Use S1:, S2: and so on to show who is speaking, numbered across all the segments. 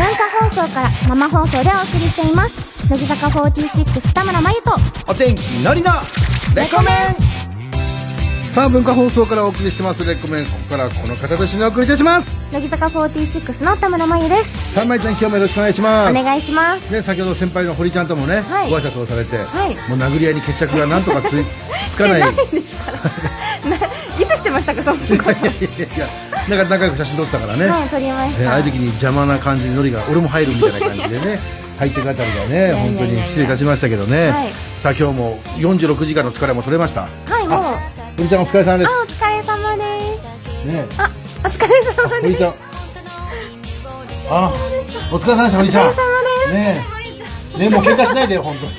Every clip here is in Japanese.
S1: 曜から生放送でお送りしています乃木坂46田村真由と
S2: お天気のりのレコメンさあ文化放送からお送りしてますレコメンここからはこの方と一緒にお送りいたします
S1: 乃木坂46の田村真由です
S2: 三枚ちゃん今日もよろしくお願いしま
S1: お
S2: す
S1: 願いします
S2: ね、先ほど先輩の堀ちゃんともね、
S1: はい
S2: ご挨拶をされて、
S1: はい
S2: もう殴り合いに決着がなんとかつ いつかないいやい
S1: いつしてましたかそんなこ
S2: やいやなんか仲良く写真撮ってたからね、
S1: とはい撮りまし
S2: ねあ
S1: た
S2: あいう時に邪魔な感じでノリが俺も入るみたいな感じで ね入ってくあたりがね
S1: やいやいやい
S2: 本
S1: や
S2: 当に失礼いたしましたけどね、
S1: はい
S2: さあ今日も46時間の疲れも取れました
S1: はいもう
S2: あ堀ちゃんお疲れ様で
S1: あお疲れ様です
S2: すね
S1: あお疲れ
S2: あ
S1: 様
S2: 堀
S1: です
S2: ちゃんあお疲れ様でした堀ち
S1: お疲れ様
S2: ゃん
S1: です
S2: ねえねえもう喧嘩しないでよ本当に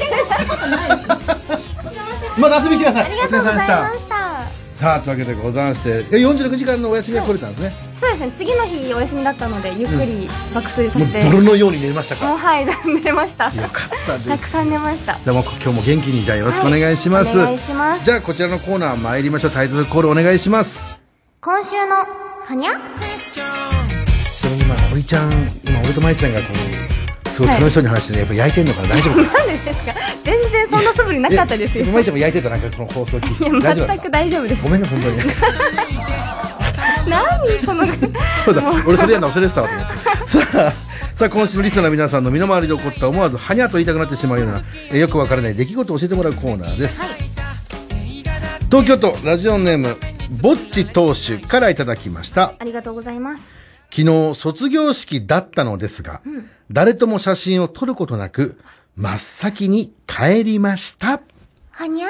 S2: また遊びに来てくださ
S1: あ
S2: い
S1: りがとうござい
S2: お疲れ様
S1: ま
S2: でし
S1: した
S2: たさあというわけでございましてえ46時間のお休みが取れたんですね、
S1: そうですね次の日お休みだったのでゆっくり爆睡させて、
S2: もう泥のように寝ましたか
S1: もうはい 寝ました
S2: よかったです
S1: たくさん寝ました
S2: でも今日も元気にじゃあよろしくお願いします、
S1: はいお願いします
S2: じゃあこちらのコーナー参りましょうタイトルコールお願いします
S1: 今週のはにゃ
S2: ちなみに今堀ちゃん今俺と舞ちゃんがこうすごい楽しそうに話してね、やっぱ焼いてんのかな大丈夫かな
S1: なんでですか全然そんな素振りなかったですよ
S2: え
S1: い
S2: 舞ちゃんも焼いてたなんかその放送聞いて
S1: や
S2: 大丈夫だっ
S1: 全
S2: た
S1: く大丈夫です
S2: ごめんね本当に
S1: 何その
S2: そうだ俺それやんの忘れてたわと思ってさあさあ今週のリスナーの皆さんの身の回りで起こった思わずはにゃと言いたくなってしまうようなえよくわからない出来事を教えてもらうコーナーです、東京都ラジオネームぼっち投手からいただきました
S1: ありがとうございます
S2: 昨日卒業式だったのですが、誰とも写真を撮ることなく、真っ先に帰りました。
S1: はにゃ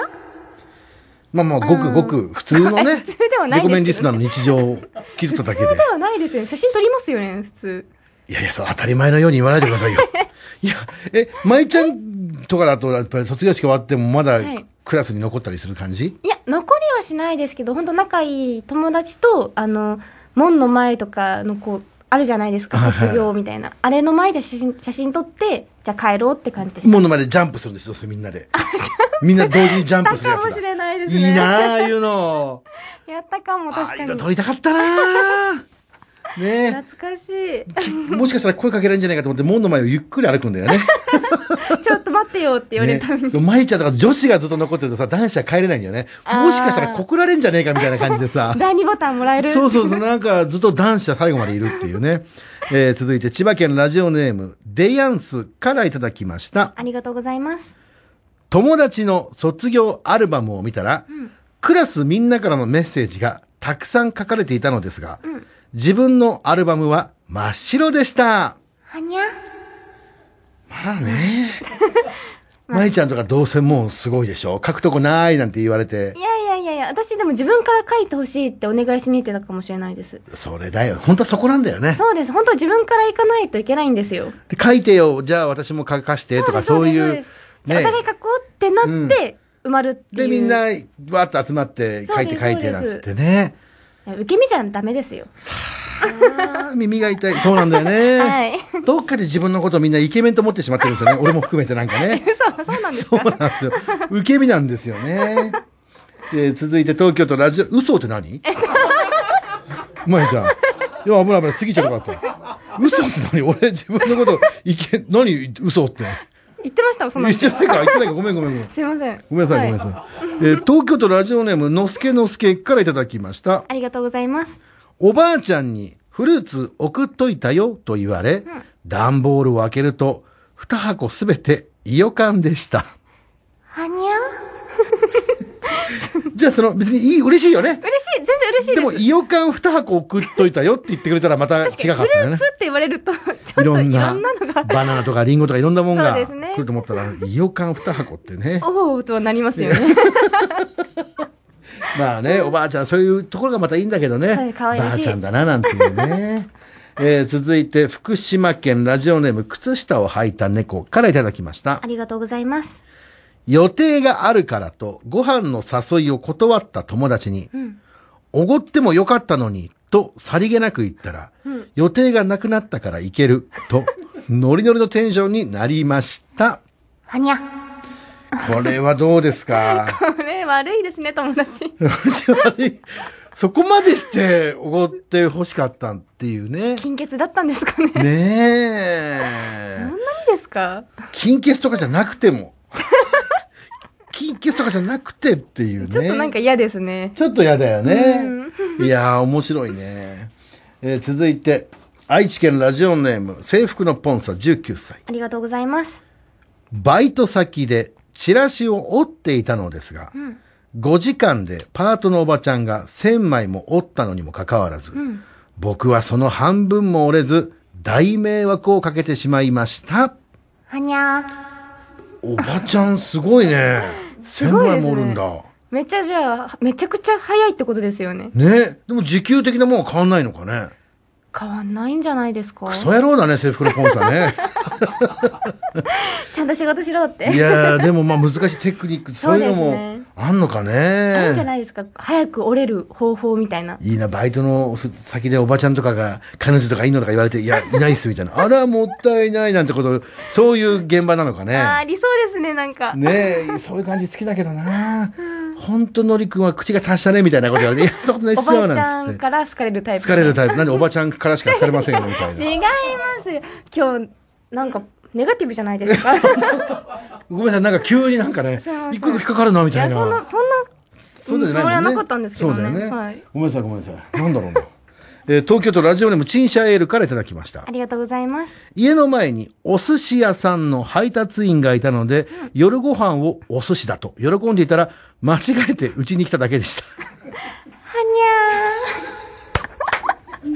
S2: まあまあ、ごくごく普通のね、
S1: 普通ではないですけどね
S2: レコメンリスナーの日常を切っただけで
S1: 普通。ではないですよね写真撮りますよね普通
S2: いやいや、そう当たり前のように言わないでくださ いよ。いや、え、舞ちゃんとかだと、やっぱり卒業式終わってもまだ
S1: はい
S2: クラスに残ったりする感じ、
S1: いや残りはしないですけど本当仲いい友達とあの門の前とかのこうあるじゃないですか
S2: はいはい
S1: 卒業みたいなあれの前で写真写真撮ってじゃあ帰ろうって感じでした
S2: 門の前でジャンプするんですよ、みんなで。みんな同時にジャンプする
S1: や
S2: や
S1: った
S2: つ
S1: かもし
S2: だ。
S1: れないですね
S2: いいなああいうの。
S1: やったかも
S2: ああ
S1: 確
S2: い
S1: か
S2: う
S1: に
S2: の撮りたかったなあねえ。
S1: 懐かし い
S2: もしかしたら声かけられるんじゃないかと思って門の前をゆっくり歩くんだよね。
S1: ちょっと待ってよって言われるために、
S2: ね舞ちゃんとか女子がずっと残ってるとさ、男子は帰れないんだよね。
S1: あー。
S2: もしかしたら告られんじゃねえかみたいな感じでさ
S1: 第2ボタンもらえる
S2: そうそうそう、なんかずっと男子は最後までいるっていうね。 えー続いて千葉県ラジオネーム、デヤンスからいただきました。
S1: ありがとうございます
S2: 友達の卒業アルバムを見たら、クラスみんなからのメッセージがたくさん書かれていたのですが、自分のアルバムは真っ白でした。
S1: はにゃ
S2: ま あね。舞ちゃんとかどうせもうすごいでしょ書くとこないなんて言われて
S1: い。やいやいやいや私でも自分から書いてほしいってお願いしに行ってたかもしれないです
S2: それだよ。本当はそこなんだよね。
S1: そうです本当は自分から行かないといけないんですよ
S2: で書いてよ。じゃあ私も書かしてとか
S1: そ
S2: そうう
S1: です
S2: いう。
S1: じゃあお互い書こうってなって埋まるっていう、
S2: で、みんな、わーっと集まって、
S1: そう
S2: 書い
S1: です
S2: て書いてなんつってね。
S1: 受け身じゃダメですよ
S2: あー耳が痛い。そうなんだよね。
S1: はい
S2: どっかで自分のことみんなイケメンと思ってしまってるんですよね。俺も含めてなん かね。
S1: 嘘そうなんです
S2: そうなんですよ。受け身なんですよね。で、続いて東京都ラジオ、嘘っ て何うまいじゃん。いや、危ない危ない。次ちゃなかった。嘘って何俺、自分のこと、いけ、何、嘘って。
S1: 言ってましたそんな
S2: 言
S1: の
S2: ってないか、言ってないか。ごめんごめんごめん。
S1: すいません
S2: ごめんなさい、ごめんな
S1: は
S2: さい。えー東京都ラジオネーム、のすけのすけからいただきました。
S1: ありがとうございます
S2: おばあちゃんにフルーツ送っといたよと言われ、段ボールを開けると、二箱すべて、イオカンでした。
S1: はにゃ
S2: じゃあ、その、別にいい、嬉しいよね。
S1: 嬉しい全然嬉しいです
S2: でも、イオカン2箱送っといたよって言ってくれたらまた違かったんだよ
S1: フルー
S2: ね
S1: ツ。って言われるとちょっと
S2: い
S1: いろ
S2: ろん
S1: んな
S2: な
S1: のが、
S2: バナナとかリンゴとかいろんなもんが
S1: そうですね
S2: 来ると思ったら、イオカン2箱ってね。
S1: おおとはなりますよ ね
S2: まあね、おばあちゃん、そういうところがまたいいんだけどね。
S1: はい可愛らしい
S2: ばあちゃんだな、なんてい うね。えー続いて、福島県ラジオネーム、靴下を履いた猫からいただきました
S1: あ。りがとうございます
S2: 予定があるからと、ご飯の誘いを断った友達に、おごってもよかったのに、と、さりげなく言ったら、予定がなくなったから行ける、 と、ノリノリのテンションになりました。
S1: は にゃ
S2: これはどうですか
S1: これ悪いですね友達
S2: 気持ち悪いそこまでしておごって欲しかったっていうね。
S1: 金欠だったんですかね。
S2: ね
S1: そん
S2: え
S1: な。にですか。
S2: 金欠とかじゃなくても。金欠とかじゃなくてっていう ね。
S1: ちょっとなんか嫌ですね。
S2: ちょっと嫌だよね。いやー、面白いね。えー続いて、愛知県ラジオネーム、制服のポンサ19歳。
S1: ありがとうございます。
S2: バイト先でチラシを折っていたのですが、
S1: ん
S2: 5時間でパートのおばちゃんが1000枚も折ったのにもかかわらず、
S1: ん
S2: 僕はその半分も折れず、大迷惑をかけてしまいました。
S1: はにゃ
S2: おばちゃんすごい ね。
S1: す
S2: 1000
S1: ごいで
S2: 枚
S1: すね
S2: も折るんだ。
S1: ー。めっちゃじゃあ、めちゃくちゃ早いってことですよね。
S2: ねでも時給的なもんは変わんないのかね。
S1: 変わんないんじゃないですか。
S2: クソ野郎だね、制服のポン サね。
S1: ちゃんと仕事しろって。
S2: いやーでもまあ難しいテクニック、そういうの
S1: そうです
S2: も
S1: ね
S2: あんのかね。
S1: あるんじゃないですか。早く折れる方法みたいな。
S2: いいな、バイトの先でおばちゃんとかが、彼女とかいいのとか言われて、いや、いないっすみた いな。あら、もったいないなんてこと、そういう現場なのか
S1: あーあ
S2: ね。
S1: りそうですね、なんか。
S2: ねえ、そういう感じ好きだけどな。ほんと、のりくんは口が達者ね、みたいなこと言われて、いや、そんな
S1: お
S2: 必
S1: ば
S2: 要
S1: あち
S2: な
S1: ゃ
S2: んつっ
S1: ん
S2: て。
S1: から好かれるタイプ。
S2: 疲れるタイプ。なんでおばちゃんからしか疲れませんよ、み たいな。
S1: 違いますよ。今日、なんか、ネガティブじゃないです か。い
S2: ごめんなさい、なんか急になんかね
S1: すいませ、ん
S2: 一個一個引っかかるな、みた
S1: や、
S2: い
S1: そん
S2: な
S1: な、。そんな、
S2: そうだじゃないもんね。
S1: それはなかったんですけどね
S2: そうだよね。
S1: はい
S2: ごめんなさい、ごめんなさい。なんだろうな。えー東京都ラジオネーム、チンシャエールからいただきました
S1: あ。りがとうございます。
S2: 家の前にお寿司屋さんの配達員がいたので、夜ご飯をお寿司だと喜んでいたら、間違えてうちに来ただけでした。
S1: はにゃー。悲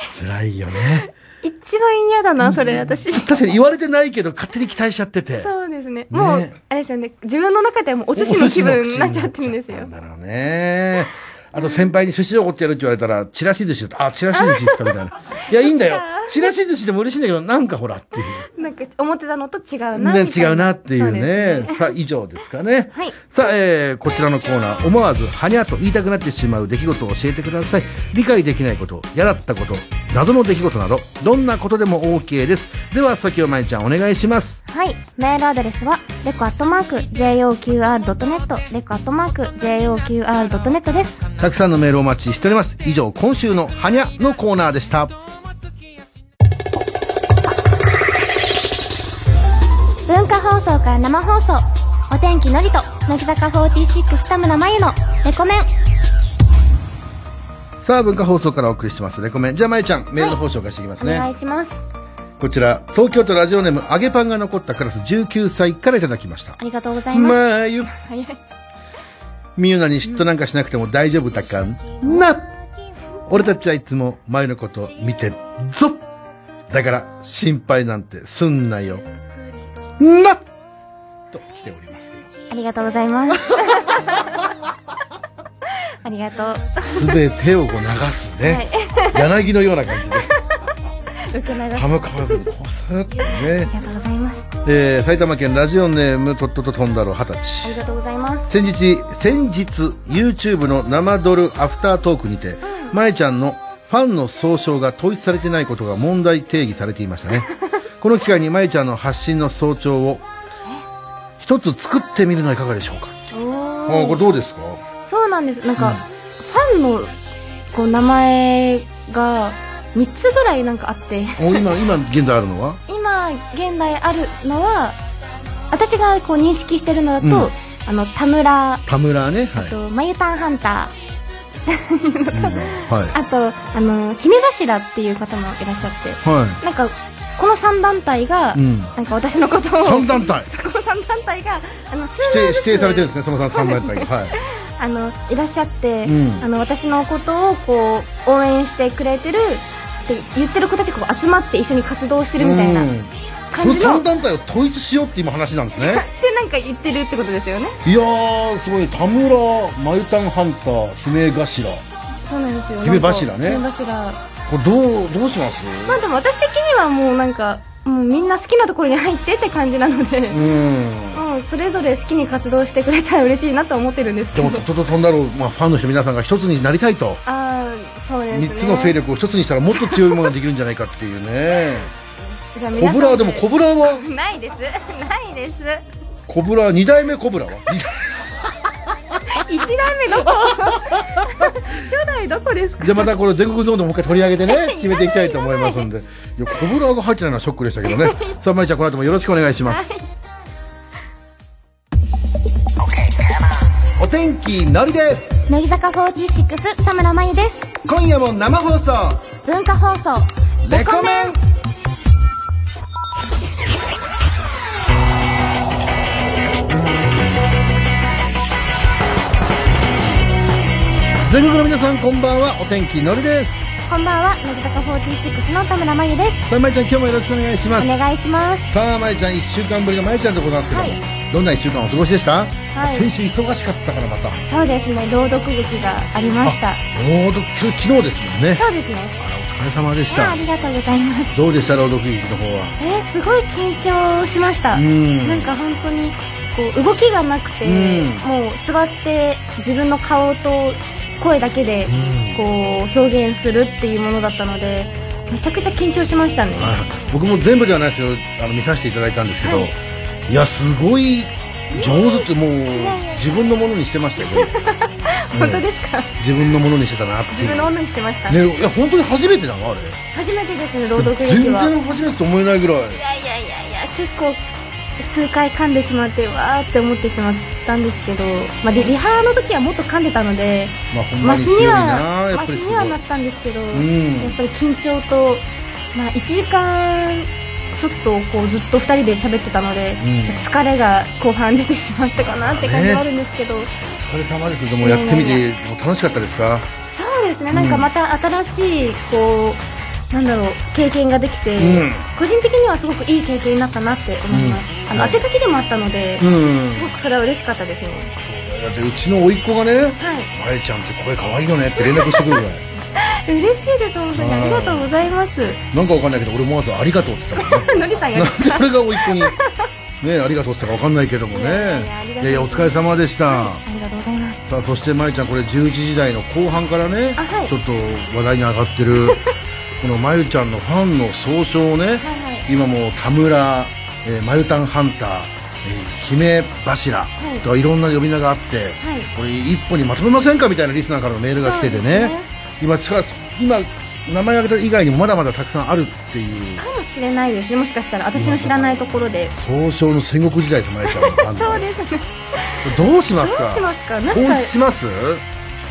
S1: し
S2: 辛いよね。
S1: い。一番嫌だな、それ、私。
S2: 確かに言われてないけど、勝手に期待しちゃってて。
S1: そうですね。もう、あれですよね。自分の中ではもうお
S2: お
S1: 寿司の気分になっちゃってるんですよ
S2: 寿司の口になっちゃったん。だろうね。あと先輩に寿司をおごってやるって言われたら、チラシ寿司だと、あ、チラシ寿司ですかみたいな。いや、いいんだよ。チラシ寿司でも嬉しいんだけど、なんかほらっていう。
S1: なんか、思ってたのと違うな。
S2: 全
S1: みたい
S2: 然違うなってい
S1: そううです
S2: ね。さあ、以上ですかね。
S1: はい
S2: さあ、えーこちらのコーナー、思わず、はにゃと言いたくなってしまう出来事を教えてください。理解できないこと、嫌だったこと、謎の出来事など、どんなことでも OK です。では、先をまいちゃん、お願いします。
S1: はい。メールアドレスは、レコアットマーク、JOQR.net、レコアットマーク、JOQR.net です。
S2: たくさんのメールをお待ちしております。以上、今週のはにゃのコーナーでした。
S3: 文化放送から生放送お天気のりと乃木坂46田村真由のレコメン
S2: さあ、文化放送からお送りしてます。レコメン。じゃあ、まいちゃん、メールの方紹介していきます
S1: お
S2: ね。
S1: 願いします。
S2: こちら、東京都ラジオネーム、揚げパンが残ったクラス19歳からいただきました
S1: あ。りがとうございます。
S2: まあ、ゆ
S1: 早い。
S2: みゆなに嫉妬なんかしなくても大丈夫だかな俺たちはいつも前のこと見てっぞだから心配なんてすんなよなと来ております
S1: ありがとうございます。ありがとう。
S2: すべてをこう流すね、柳のような感じで
S1: 受け流す。あ
S2: 歯も買わずにこうスーッとね
S1: り、がとうございます。
S2: えー、埼玉県ラジオネームとっとととんだろう二十歳
S1: ありがとうございます。
S2: 先日先日 YouTube の生ドルアフタートークにて、まえちゃんのファンの総称が統一されてないことが問題定義されていま したねこの機会にまえちゃんの発信の総称を一つ作ってみるのはいかがでしょうか
S1: お
S2: あ
S1: ー
S2: ーこれどうですか
S1: そうなんです。なんか、ファンの、こう、名前が、3つぐらいなんかあって、
S2: お今今現在あるのは
S1: 今、現代あるのは、私がこう認識してるのだと、
S2: うん
S1: あの、田村、
S2: 田村ねはい、
S1: と、まゆたんハンタ
S2: うんはい
S1: ー、あと、あの、姫柱っていう方もいらっしゃって、
S2: は
S1: なんか、この3団体が、
S2: い、うん、
S1: なんか私のことを、
S2: 3団体
S1: この3団体が、あの、数
S2: 指定
S1: 名
S2: 指
S1: ずつ
S2: 定されてるんですねその3団体がはい
S1: あのいらっしゃって、
S2: うん
S1: あの私のことをこう応援してくれてるって言ってる子たちがこう集まって一緒に活動してるみたいな
S2: うんそ
S1: 感
S2: の
S1: じの、
S2: 3団体を統一しようって今話なんですね
S1: でなんか言ってるってことですよね
S2: いやーすごい田村マユタンハンター姫頭こ
S1: そうなんですよ
S2: 夢柱ね
S1: なんか夢柱
S2: れどうどうします
S1: まあでも私的にはもうなんかもうみんな好きなところに入ってって感じなので、
S2: うん
S1: もうそれぞれ好きに活動してくれたら嬉しいなと思ってるんですけ
S2: で
S1: ど
S2: もととととんだろう、まあ、ファンの人皆さんが一つになりたいと
S1: ああそうですね
S2: 3つの勢力を一つにしたらもっと強いものができるんじゃないかっていうね
S1: じゃあ
S2: コ
S1: 皆さん
S2: ブラはでもコブラは
S1: ないですないです
S2: コブラ2代目コブラは二代
S1: 一段目どこ初代どこですか
S2: じゃあまたこれ全国ゾーンでもう一回取り上げてね決めていきたいと思いますんでいや小室が入ってないのはショックでしたけどね さあまいちゃんこの後もよろしくお願いします、お天気のりです
S3: 乃木坂46田村真由です
S2: 今夜も生放送
S3: 文化放送
S2: レコメン全国の皆さんこんばんはお天気のりです
S3: こんばんは乃木坂46の田村真由です
S2: さあまいちゃん今日もよろしくお願いします
S3: お願いします
S2: さあ、まゆちゃん、1週間ぶりのまゆちゃんでございますけども、
S1: は
S2: どんな1週間お過ごしでした、
S1: はい
S2: 先週忙しかったからまた。
S1: そうですね朗読劇がありました
S2: 朗読、昨日昨日ですもんね。
S1: そうですね
S2: あら、お疲れ様でし
S3: いや
S2: た
S3: あ。りがとうございます
S2: どうでした、朗読劇の方は。
S1: えー、すごい緊張しました
S2: うん
S1: なんか本当にこう動きがなくて
S2: うん
S1: もう座って自分の顔と声だけで
S2: うん
S1: こう表現するっていうものだったのでめちゃくちゃ緊張しましたね
S2: あ 僕も全部ではないですけど、あの見させていただいたんですけど、
S1: はい
S2: い、や、すごい上手って、もう
S3: やいや、
S2: 自分のものにしてましたよね。
S1: 本当ですか
S2: 自分のものにしてたなって
S1: 自
S2: い
S1: 分
S2: う。
S1: の女にしてました
S2: ね、いや本当に初めてだなあれ
S1: 初めてですね朗読
S2: 全
S1: 劇は
S2: 然初めてと思えないぐらい
S1: いやいやいやいや結構数回噛んでしまってわーって思ってしまったんですけど、まあ、リリハの時はもっと噛んでたので
S2: まあほんま
S1: マシ
S2: に強い
S1: に
S2: な
S1: は
S2: や
S1: マ
S2: っぱ
S1: シ
S2: りすご
S1: に
S2: い
S1: はなったんですけど、
S2: ん
S1: やっぱり緊張と、まあ、1時間ちょっとこうずっと2人で喋ってたので、
S2: うん
S1: 疲れが後半出てしまったかなって感じはあるんですけど、
S2: お疲れ様ですでもやってみ
S1: いやい
S2: てもう楽しかったですか
S1: そうですねなんかまた新しいこうなんだろう経験ができて、
S2: うん
S1: 個人的にはすごくいい経験になったなって思います、
S2: うん
S1: あの当て書きでもあったので、
S2: うん
S1: すごくそれは嬉しかったですね
S2: だってうちの甥っ子がね
S1: はい
S2: 「まえちゃんって声かわいいよね」って連絡してくるぐらい
S1: 嬉しいです本当に
S2: はい
S1: ありがとうございます
S2: なんかわかんないけど俺思わず「ありがとう」って言ったもんね
S1: のりさんが
S2: なんで俺が甥っ子に「ねありがとう」って言ったかわかんないけどもね
S1: いやいやありがとう
S2: いやいやお疲れ様でした、
S1: ありがとうございます
S2: さあそしてまゆちゃんこれ11時台の後半からね、
S1: あはい
S2: ちょっと話題に上がっ てるこのまゆちゃんのファンの総称をね、
S1: はいはい
S2: 今もう田村、えー、マユタンハンター、えー姫柱
S1: い
S2: とかいろんな呼び名があって、
S1: はい
S2: これ一本にまとめませんかみたいなリスナーからのメールが来て
S1: そ
S2: てね
S1: うですね
S2: 今しか今名前挙げた以外にもまだまだたくさんあるっていう
S1: かもしれないですねもしかしたら私の知らないところで
S2: 総称の戦国時代ですまゆちゃんのファンの
S1: そうですね
S2: どうしま
S1: どう
S2: すか
S1: しますかなん
S2: ど
S1: か
S2: うします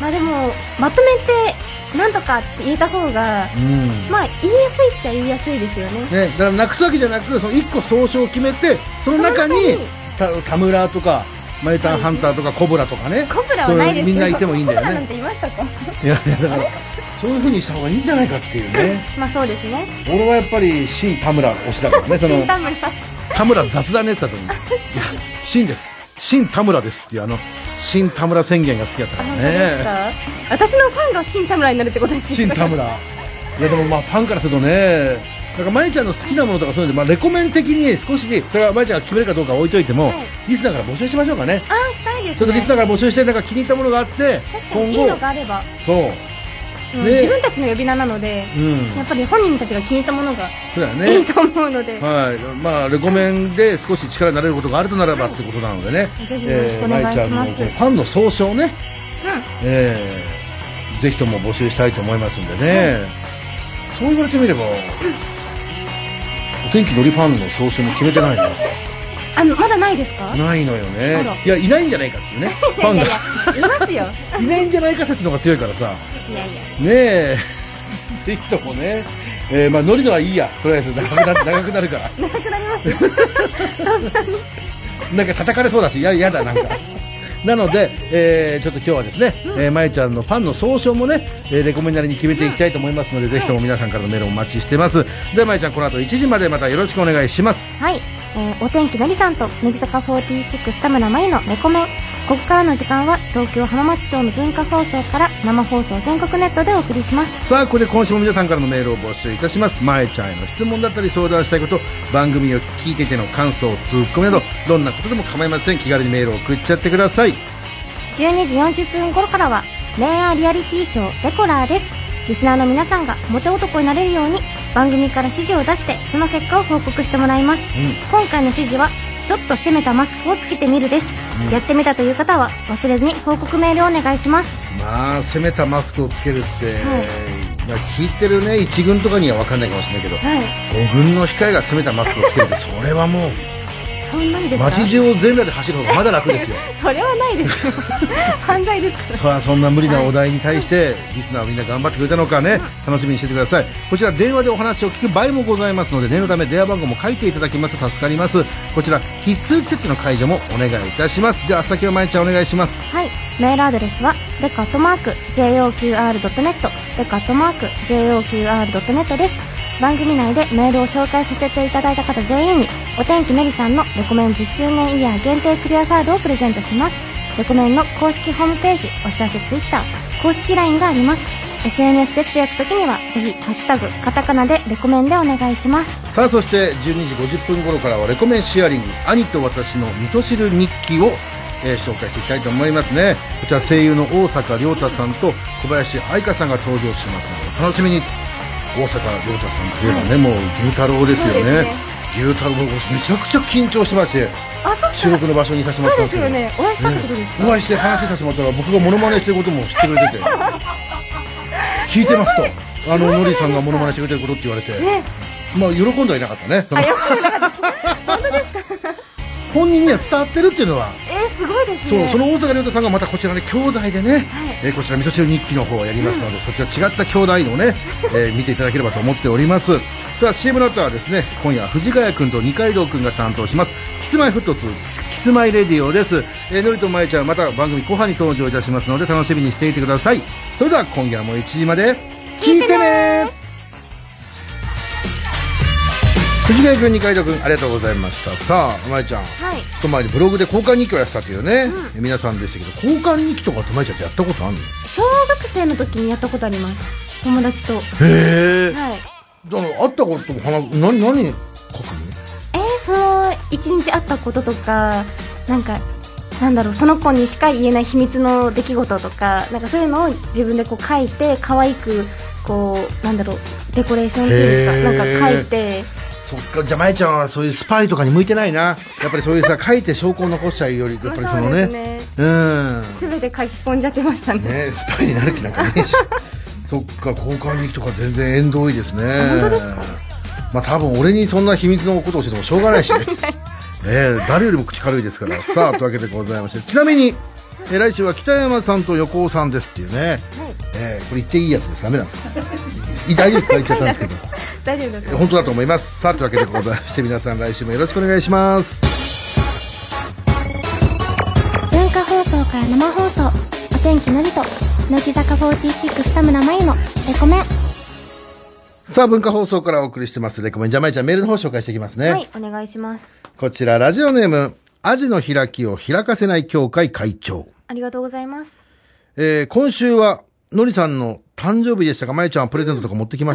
S1: まあでもまとめてなんとかって言えた方が
S2: うん
S1: まあ言いやすいっちゃ言いやすいですよね
S2: ね、だからなくすわけじゃなくその1個総称を決めてその中に
S1: その
S2: た田村とかマユタンハンターとかコブラとかね
S1: コブラはないですけど
S2: そうみんないてもいいんだよね
S1: コブラなんていましたか
S2: いやいやだからそういうふうにした方がいいんじゃないかっていうね
S1: まあそうですね
S2: 俺はやっぱり新田村推しだからねその
S1: 新田村
S2: 田村雑談のやつだ と思ういや新です新田村ですっていうあの新田村宣言が好きだったか
S1: あ
S2: ら
S1: 本当です
S2: ね
S1: か私のファンが新田村になるってことです
S2: 新田村いやでもまあファンからするとねなんかまゆちゃんの好きなものとかそういうので、まあ、レコメン的に少しそれはまゆちゃんが決めるかどうかは置いといても、
S1: はい
S2: リスナーから募集しましょうかね
S1: ああしたいですね
S2: ちょっとリスナーから募集してなんか気に入ったものがあって
S1: 確か
S2: 今
S1: にいい
S2: 後
S1: のがあれば、
S2: そう
S1: うん
S2: ね
S1: 自分たちの呼び名なので、
S2: うん
S1: やっぱり本人たちが気に入ったものが
S2: そうだよね
S1: いいと思うので、
S2: はい、まあレコメンで少し力になれることがあるとならばってことなのでね、
S1: ぜひよろしくお願いします
S2: えー舞ちゃんのこうファンの総称ね、えーぜひとも募集したいと思いますんでね、そう言われてみれば、お天気のりファンの総称も決めてないの
S1: あのまだないですか
S2: ないのよね
S1: あら
S2: いやいないんじゃないかっていうね
S1: い
S2: フ
S1: や
S2: ァン
S1: い
S2: が
S1: やいやいますよい や
S2: いないんじゃないか説の方が強いからさ
S1: いや
S2: ねえ ぜひともね、えーまあノリのはいいやとりあえず長くな 長くなるから
S1: 長くなります よ
S2: なんか叩かれそうだし、いや、やだ、なんか。なので、えーちょっと今日はですね、えーまゆちゃんのファンの総称もね、えーレコメンなりに決めていきたいと思いますので、ぜひとも皆さんからのメールをお待ちしてます。では、まゆちゃん、この後1時までまたよろしくお願いします。
S3: はい、えーお天気のりさんと乃木坂46田村真由のレコメンここからの時間は東京浜松町の文化放送から生放送全国ネットでお送りします
S2: さあ、ここで今週も皆さんからのメールを募集いたします。まゆちゃんへの質問だったり、相談したいこと、番組を聞いてての感想、ツッコミなど、どんなことでも構いません。気軽にメールを送っちゃってください。
S3: 12時40分頃からは恋愛リアリティショーレコラーですリスナーの皆さんがモテ男になれるように番組から指示を出してその結果を報告してもらいます、
S2: うん
S3: 今回の指示はちょっと攻めたマスクをつけてみるです
S2: う
S3: やってみたという方は忘れずに報告メールをお願いします
S2: まあ攻めたマスクをつけるって、まあ聞いてるね1軍とかには分かんないかもしれないけど、
S3: はい
S2: 5軍の控えが攻めたマスクをつけるってそれはも
S3: そんなにで
S2: う
S3: すか
S2: 街中を全裸で走る方がまだ楽ですよ
S3: それはないです よ犯罪ですから
S2: さあそんな無理なお題に対してリスナーはみんな頑張ってくれたのかね楽しみにしててくださいこちら電話でお話を聞く場合もございますので念のため電話番号も書いていただきますと助かりますこちら必須設定の解除もお願いいたしますでは先をまいちゃんお願いします
S3: はいメールアドレスはレカットマーク JOQR.net レカットマーク JOQR.net です番組内でメールを紹介させていただいた方全員にお天気のりさんのレコメン10周年イヤー限定クリアファイルをプレゼントしますレコメンの公式ホームページお知らせツイッター公式 LINE があります SNS でつぶやくときにはぜひ「ハッシュタグカタカナ」でレコメンでお願いします
S2: さあそして12時50分頃からはレコメンシェアリング兄と私の味噌汁日記を、えー紹介していきたいと思いますねこちら声優の大坂亮太さんと小林愛香さんが登場しますのでお楽しみに大坂亮太さんというのはね、もう牛太郎ですよ
S1: そうです
S2: ね
S1: ね
S2: 牛太郎めちゃくちゃ緊張してまして
S1: あそっか
S2: 収録の場所にいたしまっ
S1: そう
S2: たん
S1: で
S2: です
S1: す
S2: け
S1: よ
S2: ど
S1: ねお会いしたってことです
S2: お
S1: か、
S2: 会いして話してたしまったら僕がモノマネしてることも知ってくれてて聞いてますとあのノリさんがモノマネしてくれてることって言われて、
S1: ね
S2: まあ喜んではいなかったね 本人には伝わってるっていうのは
S1: えー、すごいです
S2: そう
S1: ね
S2: その大坂亮太さんがまたこちらね兄弟でね、えーこちら味噌汁日記の方をやりますので、そちら違った兄弟を ね、えー見ていただければと思っておりますさあ CM の後はですね今夜は藤ヶ谷君と二階堂君が担当しますキスマイフットツーキスマイレディオです、えーのりとまえちゃんまた番組後半に登場いたしますので楽しみにしていてくださいそれでは今夜も1時まで聞いてね藤ヶ谷君二階堂君ありがとうございましたさあまえちゃん
S3: はい
S2: ちょっと前にブログで交換日記をやってたというね、皆さんでしたけど交換日記とかとまえちゃんってやったことあるの
S3: 小学生の時にやったことあります友達とはい
S2: へえじゃあ会ったことも話何何書くの
S3: えー、その一日会ったこととかなんかなんだろうその子にしか言えない秘密の出来事とかなんかそういうのを自分でこう書いて可愛くこうなんだろうデコレーションっていうんですか
S2: へー
S3: なんか書いて
S2: そっかじゃあまえちゃんはそういうスパイとかに向いてないなやっぱりそういうさ書いて証拠を残しちゃうよりやっぱりそのね,、
S3: まあそうです
S2: うん
S3: 全て書き込んじゃってまし たね
S2: ねスパイになる気なんかね えしそっか交換日記とか全然縁遠いですね
S3: 本当ですか
S2: まあ多分俺にそんな秘密のことを教えてもしょうがない しねええ誰よりも口軽いですからさあというわけでございましてちなみに、えー来週は北山さんと横尾さんですっていうね、えーこれ言っていいやつですダメなんですかい大丈夫ですか言っちゃったんですけど
S3: 大丈夫です
S2: えー本当だと思いますさあというわけでございまして皆さん来週もよろしくお願いします
S3: 文化放送から生放送お天気のりと乃木坂46田村真由のレコメン
S2: さあ文化放送からお送りしてますレコメンジャマイちゃんメールの方紹介していきますね、
S3: はいお願いします
S2: こちらラジオネームアジの開きを開かせない協会会長
S3: ありがとうございます
S2: えー今週はのりさんの誕生日でしたがまゆちゃんはプレゼントとか持ってきま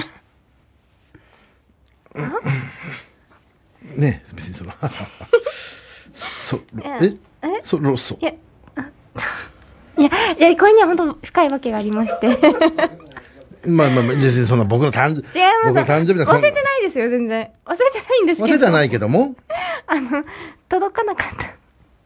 S2: したねえ別にその そええそろそ
S3: やいやいやこれには本当深いわけがありまして 違いま
S2: まあまあまあ別にその僕の誕生
S3: す
S2: 僕の誕生日だ
S3: 忘れてないですよ全然忘れてないんですけ
S2: 忘
S3: ど
S2: れてはないけども、
S3: あの届かなかっ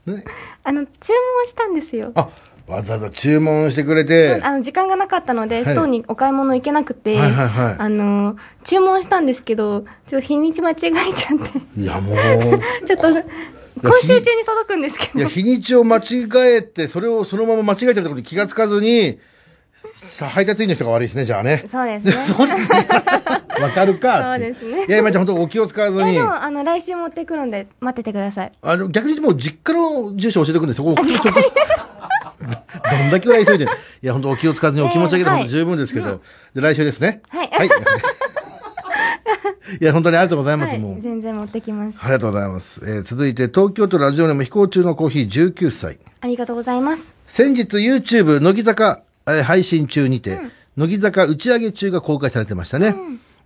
S3: た
S2: ね、
S3: あの注文したんですよ
S2: あわざわざ注文してくれて
S3: あの時間がなかったので、
S2: い
S3: ストーンにお買い物行けなくて、
S2: はいはいはい
S3: あの注文したんですけどちょっと日にち間違えちゃって
S2: いやもう
S3: ちょっと今週中に届くんですけ
S2: い
S3: ど
S2: や、日にちを間違えて、それをそのまま間違えてるところに気がつかずに、さ配達員の人が悪いですね、じゃあね。
S3: そうですね
S2: そうですね。わかるかって。
S3: そうですね
S2: いや、今ちゃん本当お気を使わず
S3: いや
S2: に
S3: で、もあの来週持ってくるんで待っててください
S2: あの、逆にもう実家の住所教えてくんで、そこ送ってちょっと。 どんだけぐらい急いでる。いや、本当お気を使わずにお気持ちだけで
S3: はい
S2: 本当十分ですけど、で、来週ですね。
S3: はい
S2: い。いや、本当にありがとうございます、
S3: はい
S2: もう。
S3: 全然持ってきます
S2: ありがとうございます。えー続いて、東京都ラジオネーム飛行中のコーヒー19歳。
S3: ありがとうございます
S2: 先日 YouTube 乃木坂えー配信中にて、乃木坂打ち上げ中が公開されてましたね、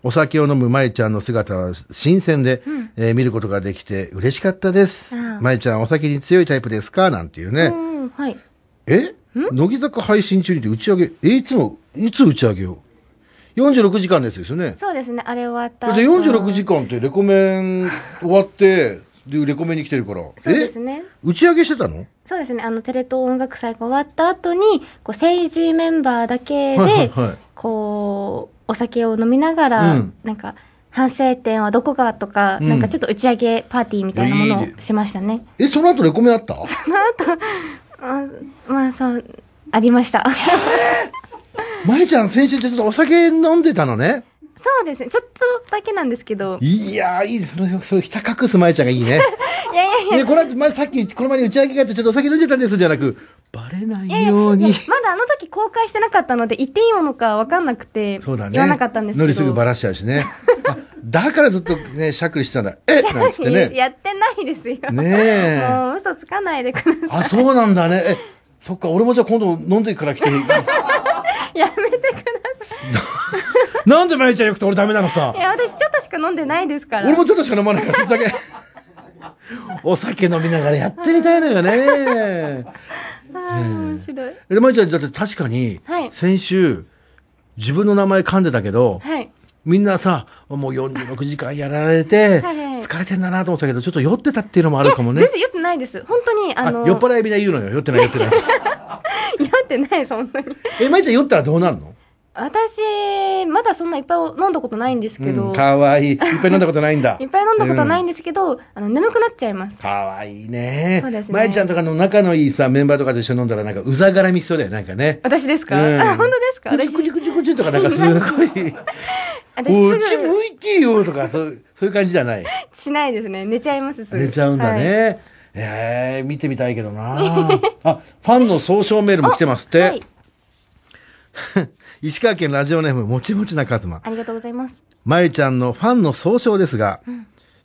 S2: お酒を飲むまえちゃんの姿は新鮮で、えー見ることができて嬉しかったです
S3: ああ
S2: まえちゃんお酒に強いタイプですかなんていう
S3: う
S2: ね、
S3: んはい
S2: え乃木坂配信中にて打ち上げえいつもいつ打ち上げを46時間ですよね
S3: そうですねあれ終わった
S2: で46時間ってレコメン終わってでレコメに来てるから
S1: そうですね
S2: え打ち上げしてたの
S1: そうですねあのテレ東音楽祭が終わった後にこう政治メンバーだけで、
S2: はいはいはい
S1: こうお酒を飲みながら、
S2: うん
S1: なんか反省点はどこかとか、
S2: うん
S1: なんかちょっと打ち上げパーティーみたいなもの
S2: いい
S1: をしましたね
S2: えその後レコメあった
S1: あまあそうありました
S2: まえちゃん先週ちょっとお酒飲んでたのね
S1: そうですねちょっとだけなんですけど
S2: いやーいいですそれそれひた隠すまえちゃんがいいね
S1: いやいやいや
S2: ねこの後、まあ、さっきこの前に打ち上げがあってちょっとお酒飲んでたんですじゃなくバレない
S1: いやいや
S2: よう
S1: い
S2: に
S1: やまだあの時公開してなかったので言っていいものか分かんなくて
S2: そうだね
S1: 言わなかったんですけど
S2: ノリすぐバラしちゃうしねあだからずっとねしゃくりしてたんだえなんつって
S1: いや
S2: ね
S1: やってないですよ、
S2: ねえ
S1: もう嘘つかないでくださ
S2: あそうなんだねえそっか俺もじゃあ今度飲んでから来て
S1: いやめてくださ
S2: なんでまえちゃんよくて俺ダメなのさ
S1: いいや私ちょっとしか飲んでないですから
S2: 俺もちょっとしか飲まないから、ちょっとだけ。お酒飲みながらやってみたいのよね。
S1: あー面白い
S2: で、まいちゃん、だって確かに
S1: はい、
S2: 先週、自分の名前噛んでたけど、
S1: はい
S2: みんなさ、もう46時間やられ
S1: は
S2: て、
S1: いはい
S2: 疲れてんだなと思ったけど、ちょっと酔ってたっていうのもあるかもね
S1: 全。然酔ってないです本当にあ
S2: あ
S1: の
S2: 酔っ払いみんな言うのよ。酔ってない、酔ってない。
S1: 酔ってないそんなに
S2: え、まいちゃん酔ったらどうなるの
S1: 私まだそんないっぱい飲んだことないんですけど、
S2: うん、かわいい。いっぱい飲んだことないんだ
S1: い。っぱい飲んだことない
S2: うん
S1: んですけど、あの眠くなっちゃいます
S2: かわいいね。
S1: そうですね
S2: まいちゃんとかの仲のいいさ、メンバーとかと一緒に飲んだらなんか、うざがらみしそうだよ、なんかね。
S1: 私ですか、
S2: うん
S1: あ本当ですか
S2: クチ
S1: 私
S2: ュクチュクチュクチュとかなんかす ごい、
S1: 私
S2: こ
S1: す
S2: っち
S1: ぐ
S2: 向いてよとか、そう、そういう感じじゃない。
S1: しないですね寝ちゃいますすぐ
S2: 寝ちゃうんだ
S1: はい
S2: ね。えー見てみたいけ どなあ、ファンの総称メールも来てますって。
S1: はい
S2: 石川県ラジオネーム、もちもちなかずま。
S1: ありがとうございます
S2: まゆちゃんのファンの総称ですが、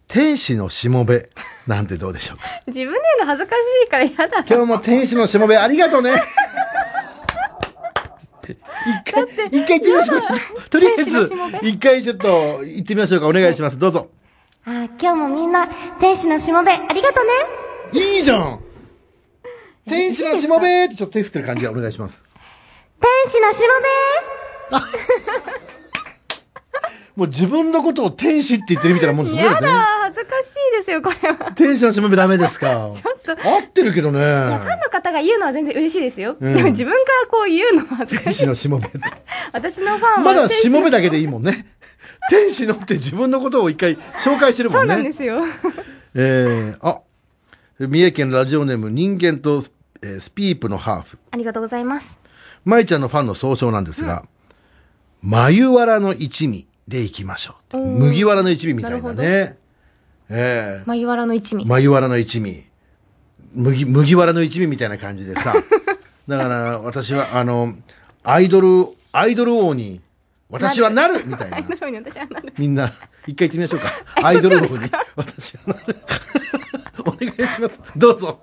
S2: 天使のしもべなんてどうでしょうか。
S1: 自分で言うの恥ずかしいからやだ
S2: 今日も天使のしもべありがとうね。 一回、一回行ってみましょう。 とりあえ
S1: 天使の
S2: ず
S1: しも、べ
S2: 一回ちょっと行ってみましょうか。お願いします。どうぞ。
S3: あー今日もみんな、天使のしもべ、ありがとね
S2: いいじゃん天使のしもべーってちょっと手振ってる感じでお願いします。
S3: 天使のしもべ
S2: もう自分のことを天使って言ってるみたいなもんですよね。
S1: や
S2: だって
S1: だ
S2: ね
S1: 恥ずかしいですよこれはファ
S2: 天使のしもべダメですか合ってるけどね。
S1: ンの方が言うのは全然嬉しいですよ、
S2: うん
S1: でも自分からこう言うのは恥ずか
S2: 天
S1: しい
S2: 使のしも べって。
S1: 私のファンは
S2: まだ
S1: 天使
S2: し
S1: の
S2: もべだけでいいもんね。天使のって自分のことを一回紹介してる
S1: そ
S2: も
S1: うん
S2: ね。
S1: なんですよ
S2: えー、あ、三重県ラジオネーム人間とス,、えースピープのハーフ。
S1: ありがとうございます
S2: 舞ちゃんのファンの総称なんですが、眉わらの一味でいきましょう。
S1: おー
S2: 麦わらの一味みたいなね。え
S1: 眉わらの一
S2: え
S1: 味
S2: 眉わらの一味。麦、麦わらの一味みたいな感じで さ。だから、私は、あの、アイドル、アイドル王に、私はなるみ たいな。
S1: なるように私はなる
S2: みんな、一回行ってみましょうか。 アイドル王に、私はなる。お願いします。どうぞ。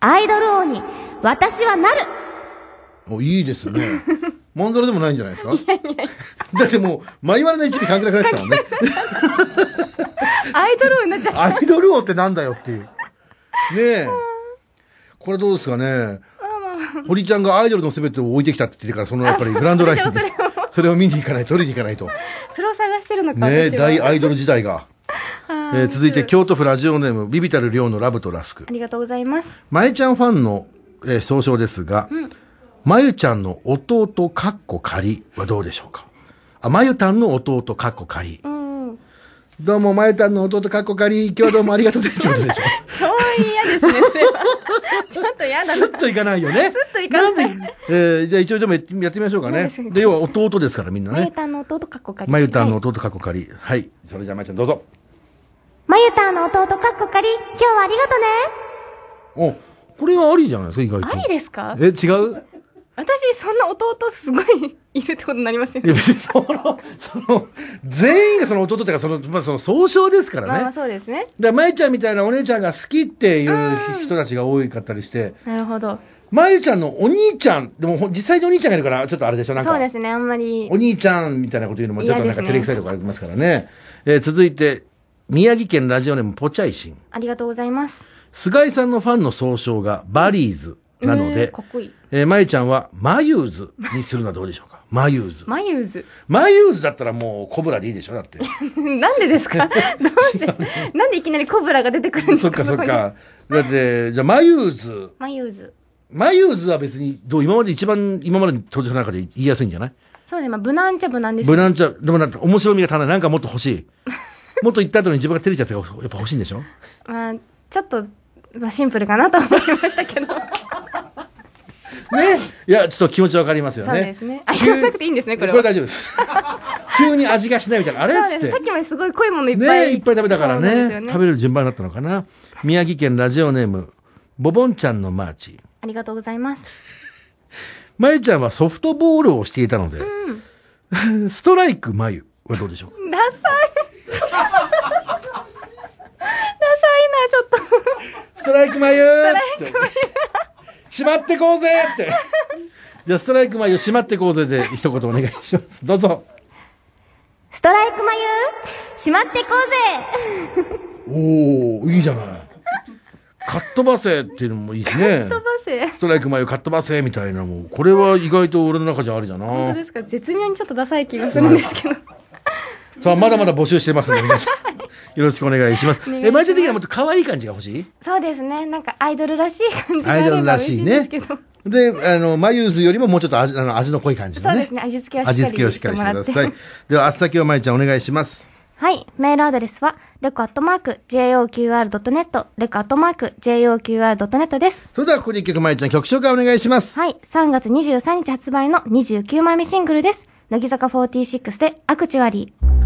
S3: アイドル王に、私はなる
S2: お、いいです ね。まんざらでもないんじゃないですかだってもう、マイワラの一味関係なくなってたもんね。
S1: アイドル王になっちゃう
S2: アイドル王ってなんだよっていう。ねえ。これどうですかね。堀ちゃんがアイドルの全てを置いてきたって言ってるから、そのやっぱりグランドラインで、それを見に行かないと、取りに行かないと。
S1: それを探してるのか、
S2: ねえ、
S1: 私は
S2: 大アイドル時代が。えー続いて、京都府ラジオネーム、ビビたる量のラブとラスク
S1: あ。りがとうございます
S2: まゆちゃんファンの、えー総称ですが、まゆちゃんの弟かっこ仮はどうでしょうかあ、まゆたんの弟かっこ仮。
S1: うん
S2: どうも、まゆたんの弟かっこ仮、今日はどうもありがとうねってこと でしょ
S1: 超嫌ですねそれはちょっと嫌だ
S2: ス
S1: な
S2: ッといかないよね。
S1: といかない
S2: なんで、えーじゃあ一応でもやってやってみましょうか
S1: そう
S2: ね
S1: です。ね
S2: で、要は弟ですからみんな
S1: まゆ
S2: ね。
S1: たんの弟かっこかり
S2: まゆたんの弟かっこ仮。はい。それじゃあまゆちゃんどうぞ。
S3: まゆたんの弟かっこかり、今日はありがとね
S2: お、これはありじゃないですか、意外と。
S1: ありですか
S2: え、違う
S1: 私そんな弟すごいいるってことになりません
S2: いや別にその、その、全員がその弟っていうか、その、まあその総称ですからね。
S1: まあまあそうですね
S2: で、まゆちゃんみたいなお姉ちゃんが好きっていう人たちが多かったりして、
S1: なるほど
S2: まゆちゃんのお兄ちゃん、でもほん実際にお兄ちゃんがいるから、ちょっとあれでしょ、なん
S1: そうで
S2: か、
S1: すねあんまり
S2: お兄ちゃんみたいなこと言うのも、ちょっとなんか
S1: 嫌ですね
S2: 照れくさいとこありますからね。えー続いて、宮城県ラジオネームポチャイシン。
S1: ありがとうございます
S2: 菅井さんのファンの総称がバリーズ。なの
S1: うん
S2: で
S1: か、っこいい。
S2: えー、まゆちゃんは、マユーズにするのはどうでしょうか。 マユーズ。
S1: マユーズ。
S2: マユーズだったらもうコブラでいいでしょだって。
S1: なんでです かどうして、なんでいきなりコブラが出てくるんです
S2: そっ
S1: か
S2: かそっ
S1: ここに
S2: か。だって、じゃあマユーズ。
S1: マユーズ。
S2: マユーズは別に、どう今まで一番、今までの登場の中で言いやすいんじゃない
S1: そうね、まあ、無難っちゃ無難です
S2: 無。難ちゃ、でもなんか面白みが足らない。なんかもっと欲しい。もっと言った後に自分が照れちゃってやっぱ欲しいんでしょ
S1: まあ、ちょっと、まあ、シンプルかなと思いましたけど。
S2: ねいや、ちょっと気持ちわかりますよね。
S1: そうですねあ言わなくていいんですねこれは
S2: 大丈夫です。 急に味がしないみたいな、あれっ
S1: そう
S2: つっ
S1: です
S2: て
S1: さ。っきまですごい濃いものいっぱい。
S2: ねいっぱい食べたから
S1: そうなん
S2: ね
S1: ですよ
S2: 食べれる順番だったのかな。宮城県ラジオネーム、ボボンちゃんのマーチ。
S1: ありがとうございます。
S2: まゆちゃんはソフトボールをしていたので、 ストライクまゆはどうでしょう
S1: ダサい。 ダサいな、ちょっと。
S2: ストライク眉ーっつって。しまってこうぜーって。じゃあ、ストライク眉しまってこうぜで一言お願いします。どうぞ。
S3: ストライク眉しまってこうぜ
S2: おおいいじゃない。カットバセっていうのもいいしね。
S1: ダサい。
S2: ストライク眉カットバセみたいなもう、これは意外と俺の中じゃありだ
S1: 本
S2: な
S1: 当で。すか絶妙にちょっとダサい気がするんですけど。
S2: さあ、まだまだ募集してますので、皆さん。 よろしくお願いします。え、まゆちゃん的にはもっと可愛い感じが欲しい
S1: そうですね。なんかアイドルらしい感じがあ
S2: アイ
S1: れ
S2: ド
S1: ば
S2: ルら
S1: 嬉し
S2: し
S1: い
S2: い
S1: んです
S2: ね
S1: けど。。
S2: で、あの、眉ズよりももうちょっと味あの味の濃い感じ
S1: そ
S2: の
S1: う
S2: ね。
S1: ですね。味付けはしっかり
S2: 味付けをしっかりして
S1: もらっ
S2: ください。では、あっさきをまゆちゃんお願いします。」
S3: はいメールアドレスはレコアットマーク JOQR.net レコアットマーク JOQR.net です
S2: それでは、ここで一曲まゆちゃん曲紹介お願いします。
S3: はい3月23日発売の29枚目シングルです乃木坂46でアクチュアリー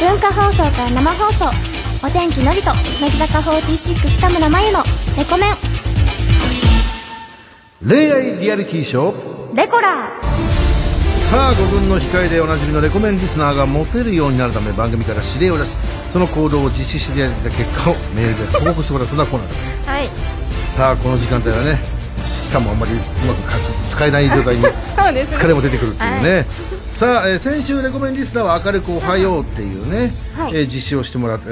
S3: 文化放送から生放送お天気のりと乃木坂46田村真由のレコメン
S2: 恋愛リアリティショー。
S3: レコラー
S2: さあ、5分の控えでおなじみのレコメンリスナーがモテるようになるため番組から指令を出し、その行動を実施してやった結果をメールで報告してもらう、そんなコーナーです。
S1: はい。
S2: さあ、この時間帯はね、舌もあんまりうまくか使えない状態に。
S1: そうです
S2: 疲
S1: ね。
S2: れも出てくるっていうね、さあ、えー先週レコメンリスナーは明るくおはようっていうね、
S3: はい
S2: えー実施をしてもらって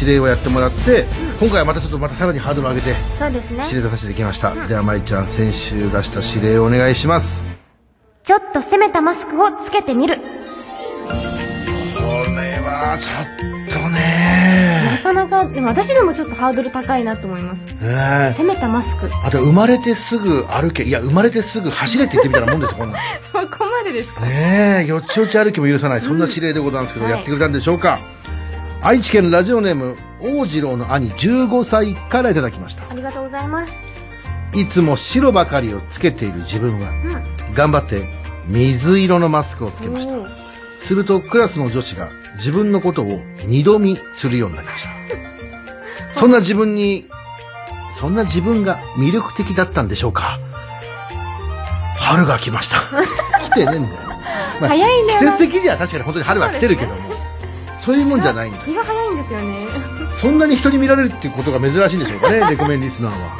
S2: 指令をやってもらって、今回はまたちょっとまたさらにハードルを上げて
S3: そうですね
S2: 指令出させていただきました、では舞ちゃん先週出した指令をお願いします
S3: ちょっと攻めたマスクをつけてみる
S2: これはちょっとね
S1: なかなか、でも私でもちょっとハードル高いなと思います。
S2: ねえ
S1: 攻めたマスク。
S2: あと生まれてすぐ歩けいや生まれてすぐ走れって言ってみたいなもんですよこ んなん
S1: そこまでですか
S2: ねえよっちよち歩きも許さないそんな指令でございますけど、
S1: はい
S2: やってくれたんでしょうか、愛知県ラジオネーム王次郎の兄15歳からいただきました
S3: ありがとうございます
S2: いつも白ばかりをつけている自分は、頑張って水色のマスクをつけました。
S1: おー
S2: するとクラスの女子が自分のことを二度見するようになり ました。そんな自分に、そんな自分が魅力的だったんでしょうか春が来 ました。来てねえんだよ。まあ
S1: 早いね
S2: 季節的には確かに本当に春は来てるけども、 そういうもんじゃないんだよ。
S1: 気が早いんですよね。
S2: そんなに人に見られるっていうことが珍しいんでしょう かね、レコメンリスナーは。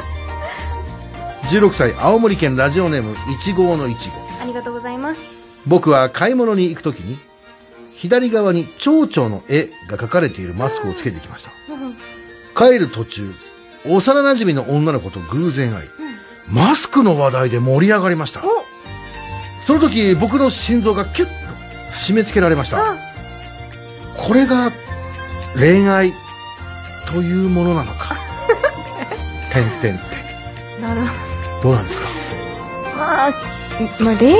S2: 16歳、青森県ラジオネーム、いちごのいちご。
S1: ありがとうございます。
S2: 僕は買い物に行くときに、左側に蝶々の絵が描かれているマスクをつけてきました。帰る途中、幼馴染の女の子と偶然会い、マスクの話題で盛り上がりました。その時、僕の心臓がキュッと締め付けられました。これが恋愛というものなの か。てんてんてん。
S1: なるほど。
S2: どうなんですか
S1: まあ、まあ、恋愛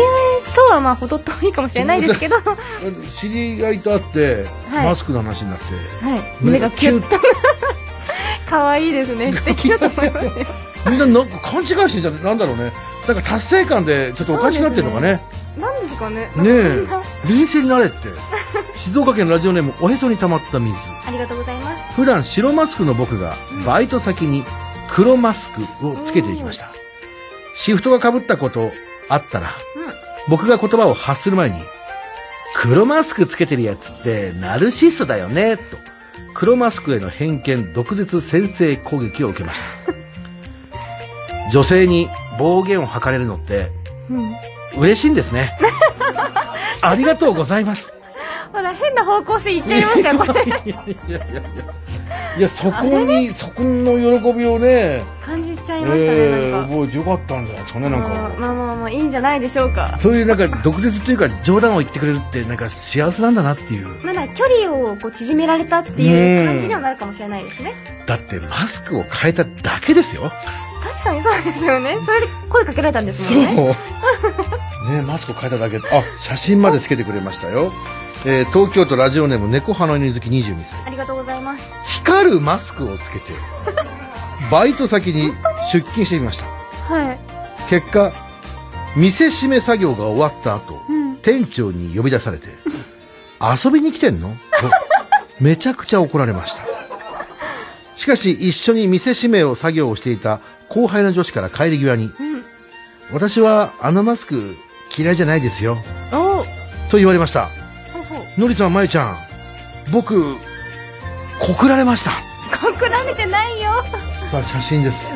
S1: とはまあ、ほど遠いかもしれないですけど、は
S2: 知り合いと会って、
S1: はい
S2: マスクの話になって、
S1: い。胸がキュッと。可愛いですね。素敵だと思いますよ。
S2: みんななんか勘違いしてんじゃないなんだろうねなんか達成感でちょっとおかしくなってるのかね
S1: なんですかね。
S2: ねえ冷静になれって静岡県ラジオネームおへそに溜まった水
S1: ありがとうございます。
S2: 普段白マスクの僕がバイト先に黒マスクをつけていきましたシフトがかぶったことあったら、僕が言葉を発する前に黒マスクつけてるやつってナルシストだよね、と。黒マスクへの偏見、毒舌先制攻撃を受けま した。女性に暴言を吐かれるのって
S1: うん
S2: 嬉しいんです ね。ありがとうございます。
S1: ほら変な方向性いっちゃいましたよこれ
S2: いやいやいやいや、そこに、そこの喜びをね、
S1: 感じちゃいましたね、
S2: え
S1: な
S2: ー、
S1: んか
S2: 覚えてよかったんじゃないですかね、なん
S1: まあ
S2: か。
S1: まあまあまあいいんじゃないでしょうか
S2: そういうなんか毒舌というか冗談を言ってくれるってなんか幸せなんだなっていう。
S1: まだ距離をこう縮められたっていう感じにはなるかもしれないですね
S2: だってマスクを変えただけですよ。
S1: 確かにそうですよねそれで声かけられたんです
S2: そう。
S1: もんね
S2: ねマスクを変えただけ。あ、写真までつけてくれましたよ。えー東京都ラジオネーム猫派の犬好き22歳。
S1: ありがとうございます
S2: 光るマスクをつけて、バイト先に出勤してみました。
S1: はい
S2: 結果、店閉め作業が終わった後、店長に呼び出され て、遊びに来てんのと、めちゃくちゃ怒られました。しかし、一緒に店閉めを作業をしていた後輩の女子から帰り際に、
S1: うん
S2: 私はあのマスク嫌いじゃないですよ。
S1: おお
S2: と言われました。
S1: ほうほう
S2: のりさん、まゆちゃん、僕、告られました。
S1: 告られてないよ
S2: さあ、写真です。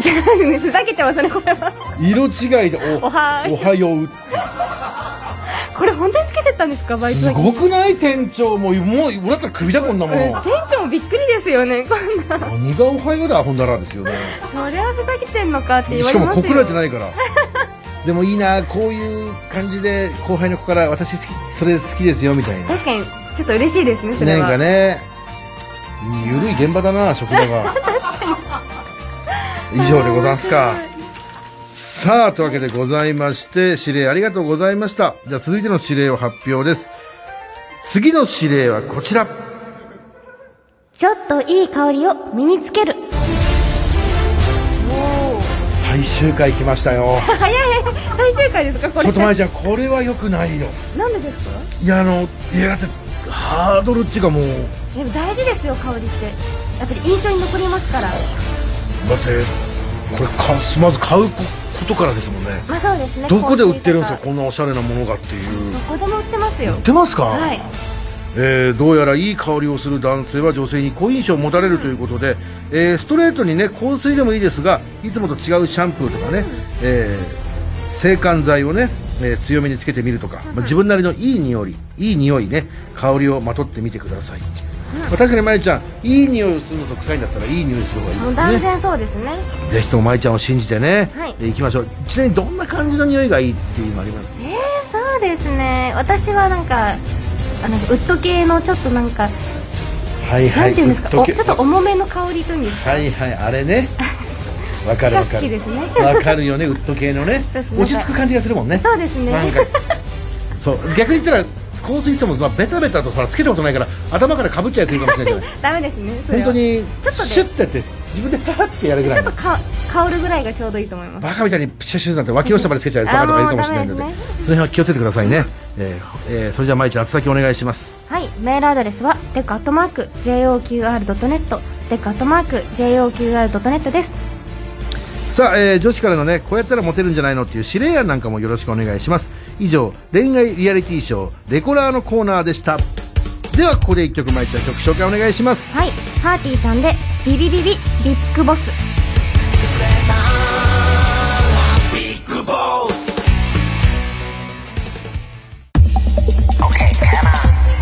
S1: ふざけてますねこれは
S2: 色違いで、お
S1: おはーい
S2: おはよう。
S1: これ本当につけてったんですかバイト
S2: す
S1: 先
S2: ごくない店長もう、もう、俺だったら首だこんなもの。
S1: 店長もびっくりですよねこ んな
S2: 何がおはようだ、ほんだらですよね。
S1: それはふざけてんのか って言わ
S2: し
S1: れ
S2: か
S1: ます
S2: も
S1: よ
S2: 告られてないから。 でもいいな、こういう感じで後輩の子から私好き、それ好きですよみたいな。
S1: 確かにちょっと嬉しいですねそれは
S2: なんかね、ゆるい現場だな、職 場が。以上でございますか。さあ、というわけでございまして、指令ありがとうございました。じゃあ続いての指令を発表です。次の指令はこちら。
S3: ちょっといい香りを身につける
S2: 最終回来ましたよ。
S1: 早い最終回ですかこれ
S2: ちょっと前じゃん、これは良くないよ。
S1: なんでですか
S2: いや、あの、いや、だって、ハードルっていうかもう、
S1: でも大事ですよ香りってやっぱり印象に残りますから
S2: だってこれかまず買うことからですもんね
S1: まあそうですね
S2: どこで売ってるんですか
S1: 香水
S2: こんなおしゃれなものがっていう
S1: とかどこでも売ってますよ
S2: 売ってますか、
S1: はい
S2: えーどうやらいい香りをする男性は女性に好印象を持たれるということで、えーストレートにね香水でもいいですがいつもと違うシャンプーとかね、えー制汗剤をね、えー強めにつけてみるとか、まあ自分なりのいい匂いいい匂いね香りをまとってみてくださいっていう、まあ確かにまゆちゃんいい匂いをするのと臭いんだったらいい匂いする方がいいです
S1: も
S2: よ
S1: う
S2: ね
S1: 断然そうですね
S2: ぜひとも舞ちゃんを信じてね、
S3: はい
S2: えー行きましょうちなみにどんな感じの匂いがいいっていうのあります
S1: えー、そうですね私はなんかあのウッド系のちょっとなんか、
S2: はい
S1: なんていうんですかおちょっと
S2: は
S1: 重めの香りというんですか、
S2: いはいあ れねわかるわ
S1: が
S2: か
S1: 好き
S2: る
S1: ですね
S2: わかるよねウッド系のね
S1: そうです
S2: 落ち着く感じがするもんね
S1: そうですね
S2: なんかそう逆に言ったら香水ってもさベタベタとさつけたことないから頭からかぶっちゃうやついるかもしれないじゃ
S1: ダメですね そ
S2: ない
S1: れ
S2: 本当
S1: は
S2: に
S1: ちょっとね
S2: シュッてやって自分でハハってやるぐら
S1: ちょ
S2: い
S1: っ
S2: の
S1: とか香るぐらいがちょうどいいと思います
S2: バカみたいにプシュッシュッなんて脇の下までつけちゃうバカとかいるかもしれないので
S1: あーもうダメ
S2: その辺は気をつけてくださいね、えーえーそれじゃあ舞ちゃん宛先お願いします
S3: はいメールアドレスはデカットマーク JOQR.net デカットマーク JOQR.net です
S2: さあ、えー女子からのね、こうやったらモテるんじゃないのっていう指令案なんかもよろしくお願いします。以上、恋愛リアリティショー、レコラーのコーナーでした。では、ここで一曲、まいちゃん曲紹介お願いします。
S3: はいハーティーさんでビビビビビッグボス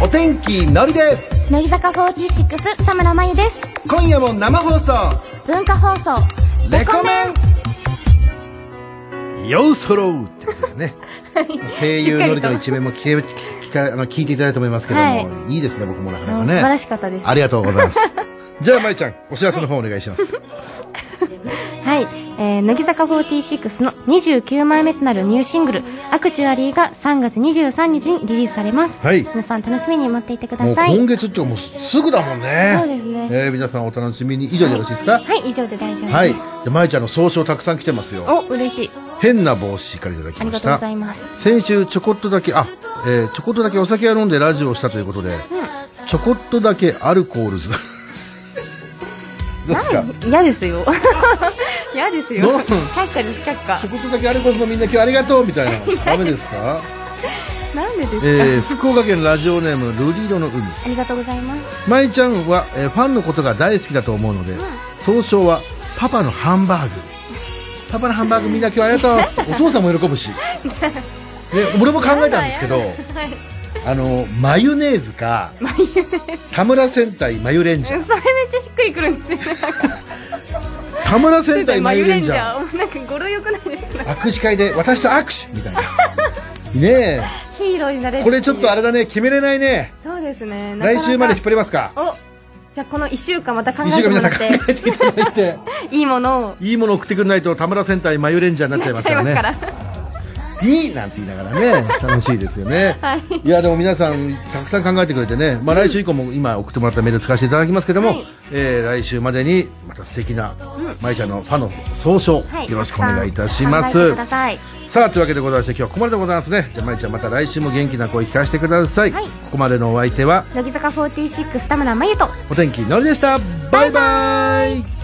S2: お天気、のりです。
S3: 乃木坂46田村真由です
S2: 今夜も生放送、
S3: 文化放送
S2: レコメンようそろうってことでね。声優のりの一面も聞け聞かあの聞いていただいたと思いますけども、、
S1: はい
S2: いですね、僕もなかなか
S1: 素
S2: ね。
S1: 晴らしかったです
S2: ありがとうござ います。じゃあ、まいちゃん、お知らせの方お願いします。
S3: はい、えー、乃木坂46の29枚目となるニューシングル「アクチュアリー」が3月23日にリリースされます、
S2: はい
S3: 皆さん楽しみに待っていてく
S2: も
S3: だ
S2: う
S3: さい
S2: 今月っていうかもうすぐだもんね。
S3: そうですね
S2: えー皆さんお楽しみに。以上でよろしいですかはい。
S3: はい以上で大丈夫です、
S2: じゃあ、まいちゃんの総称たくさん来てますよ。
S3: お嬉しい
S2: 変な帽子からいただき
S3: あり
S2: ま
S3: が
S2: し
S3: とう
S2: た
S3: ござ。います
S2: 先週ちょこっとだけ、あ、えーちょこっとだけお酒を飲んでラジオをしたということで、ちょこっとだけアルコールズ。どうですか
S1: 嫌ですよ 嫌ですよ
S2: どう
S1: 却下です却下
S2: ちょこっとだけアルコールズのみんな今日ありがとうみたいな。ダメですか
S1: なんでですか、
S2: えー、福岡県ラジオネームルリードの海
S3: ありがとうございます
S2: まいちゃんは、えーファンのことが大好きだと思うので、総称はパパのハンバーグパパのハンバーグみんな今日ありがとうお父さんも喜ぶし、ね、俺も考えたんですけど
S1: はい
S2: あのマヨネーズか田村戦隊マヨレンジ
S1: それ
S2: ャ
S1: め
S2: ー
S1: っちゃしっくりくるんですよねなんか
S2: 田村戦隊マヨレンジャー
S1: マヨレンジャーなんか語呂良くないですか
S2: 握手会で私と握手みたいなね
S1: ヒーローになれ
S2: え
S1: る
S2: これちょっとあれだね決めれないね
S1: そうですねなかな
S2: 来
S1: か
S2: 週まで引っ張りますか
S1: おじゃあこの1週間また考
S2: 一
S1: え
S2: 週
S1: て
S2: 間
S1: も
S2: 皆
S1: らっ
S2: さん考
S1: て
S2: えていただい て
S1: いいものを
S2: いいもの送ってくれないと田村戦隊マヨレンジャーになっちゃいます
S1: ちゃ
S2: か
S1: い
S2: ら
S1: ます
S2: ね
S1: から
S2: になんて言いながらね楽しいですよね、い、やでも皆さんたくさん考えてくれてね、まあ、来週以降も今送ってもらったメール使わせていただきますけども、
S1: はい
S2: えー来週までにまた素敵なまいちゃんのファンの総称、
S3: はい
S2: よろしくお願いいたしま
S3: たくさ
S2: す
S3: ん考えてください
S2: さあというわけでございまして今日はここまででございますねじゃあまいちゃんまた来週も元気な声聞かせてください、
S3: はい
S2: ここまでのお相手は
S3: 乃木坂46田村真由と
S2: お天気のりでしたバイバイ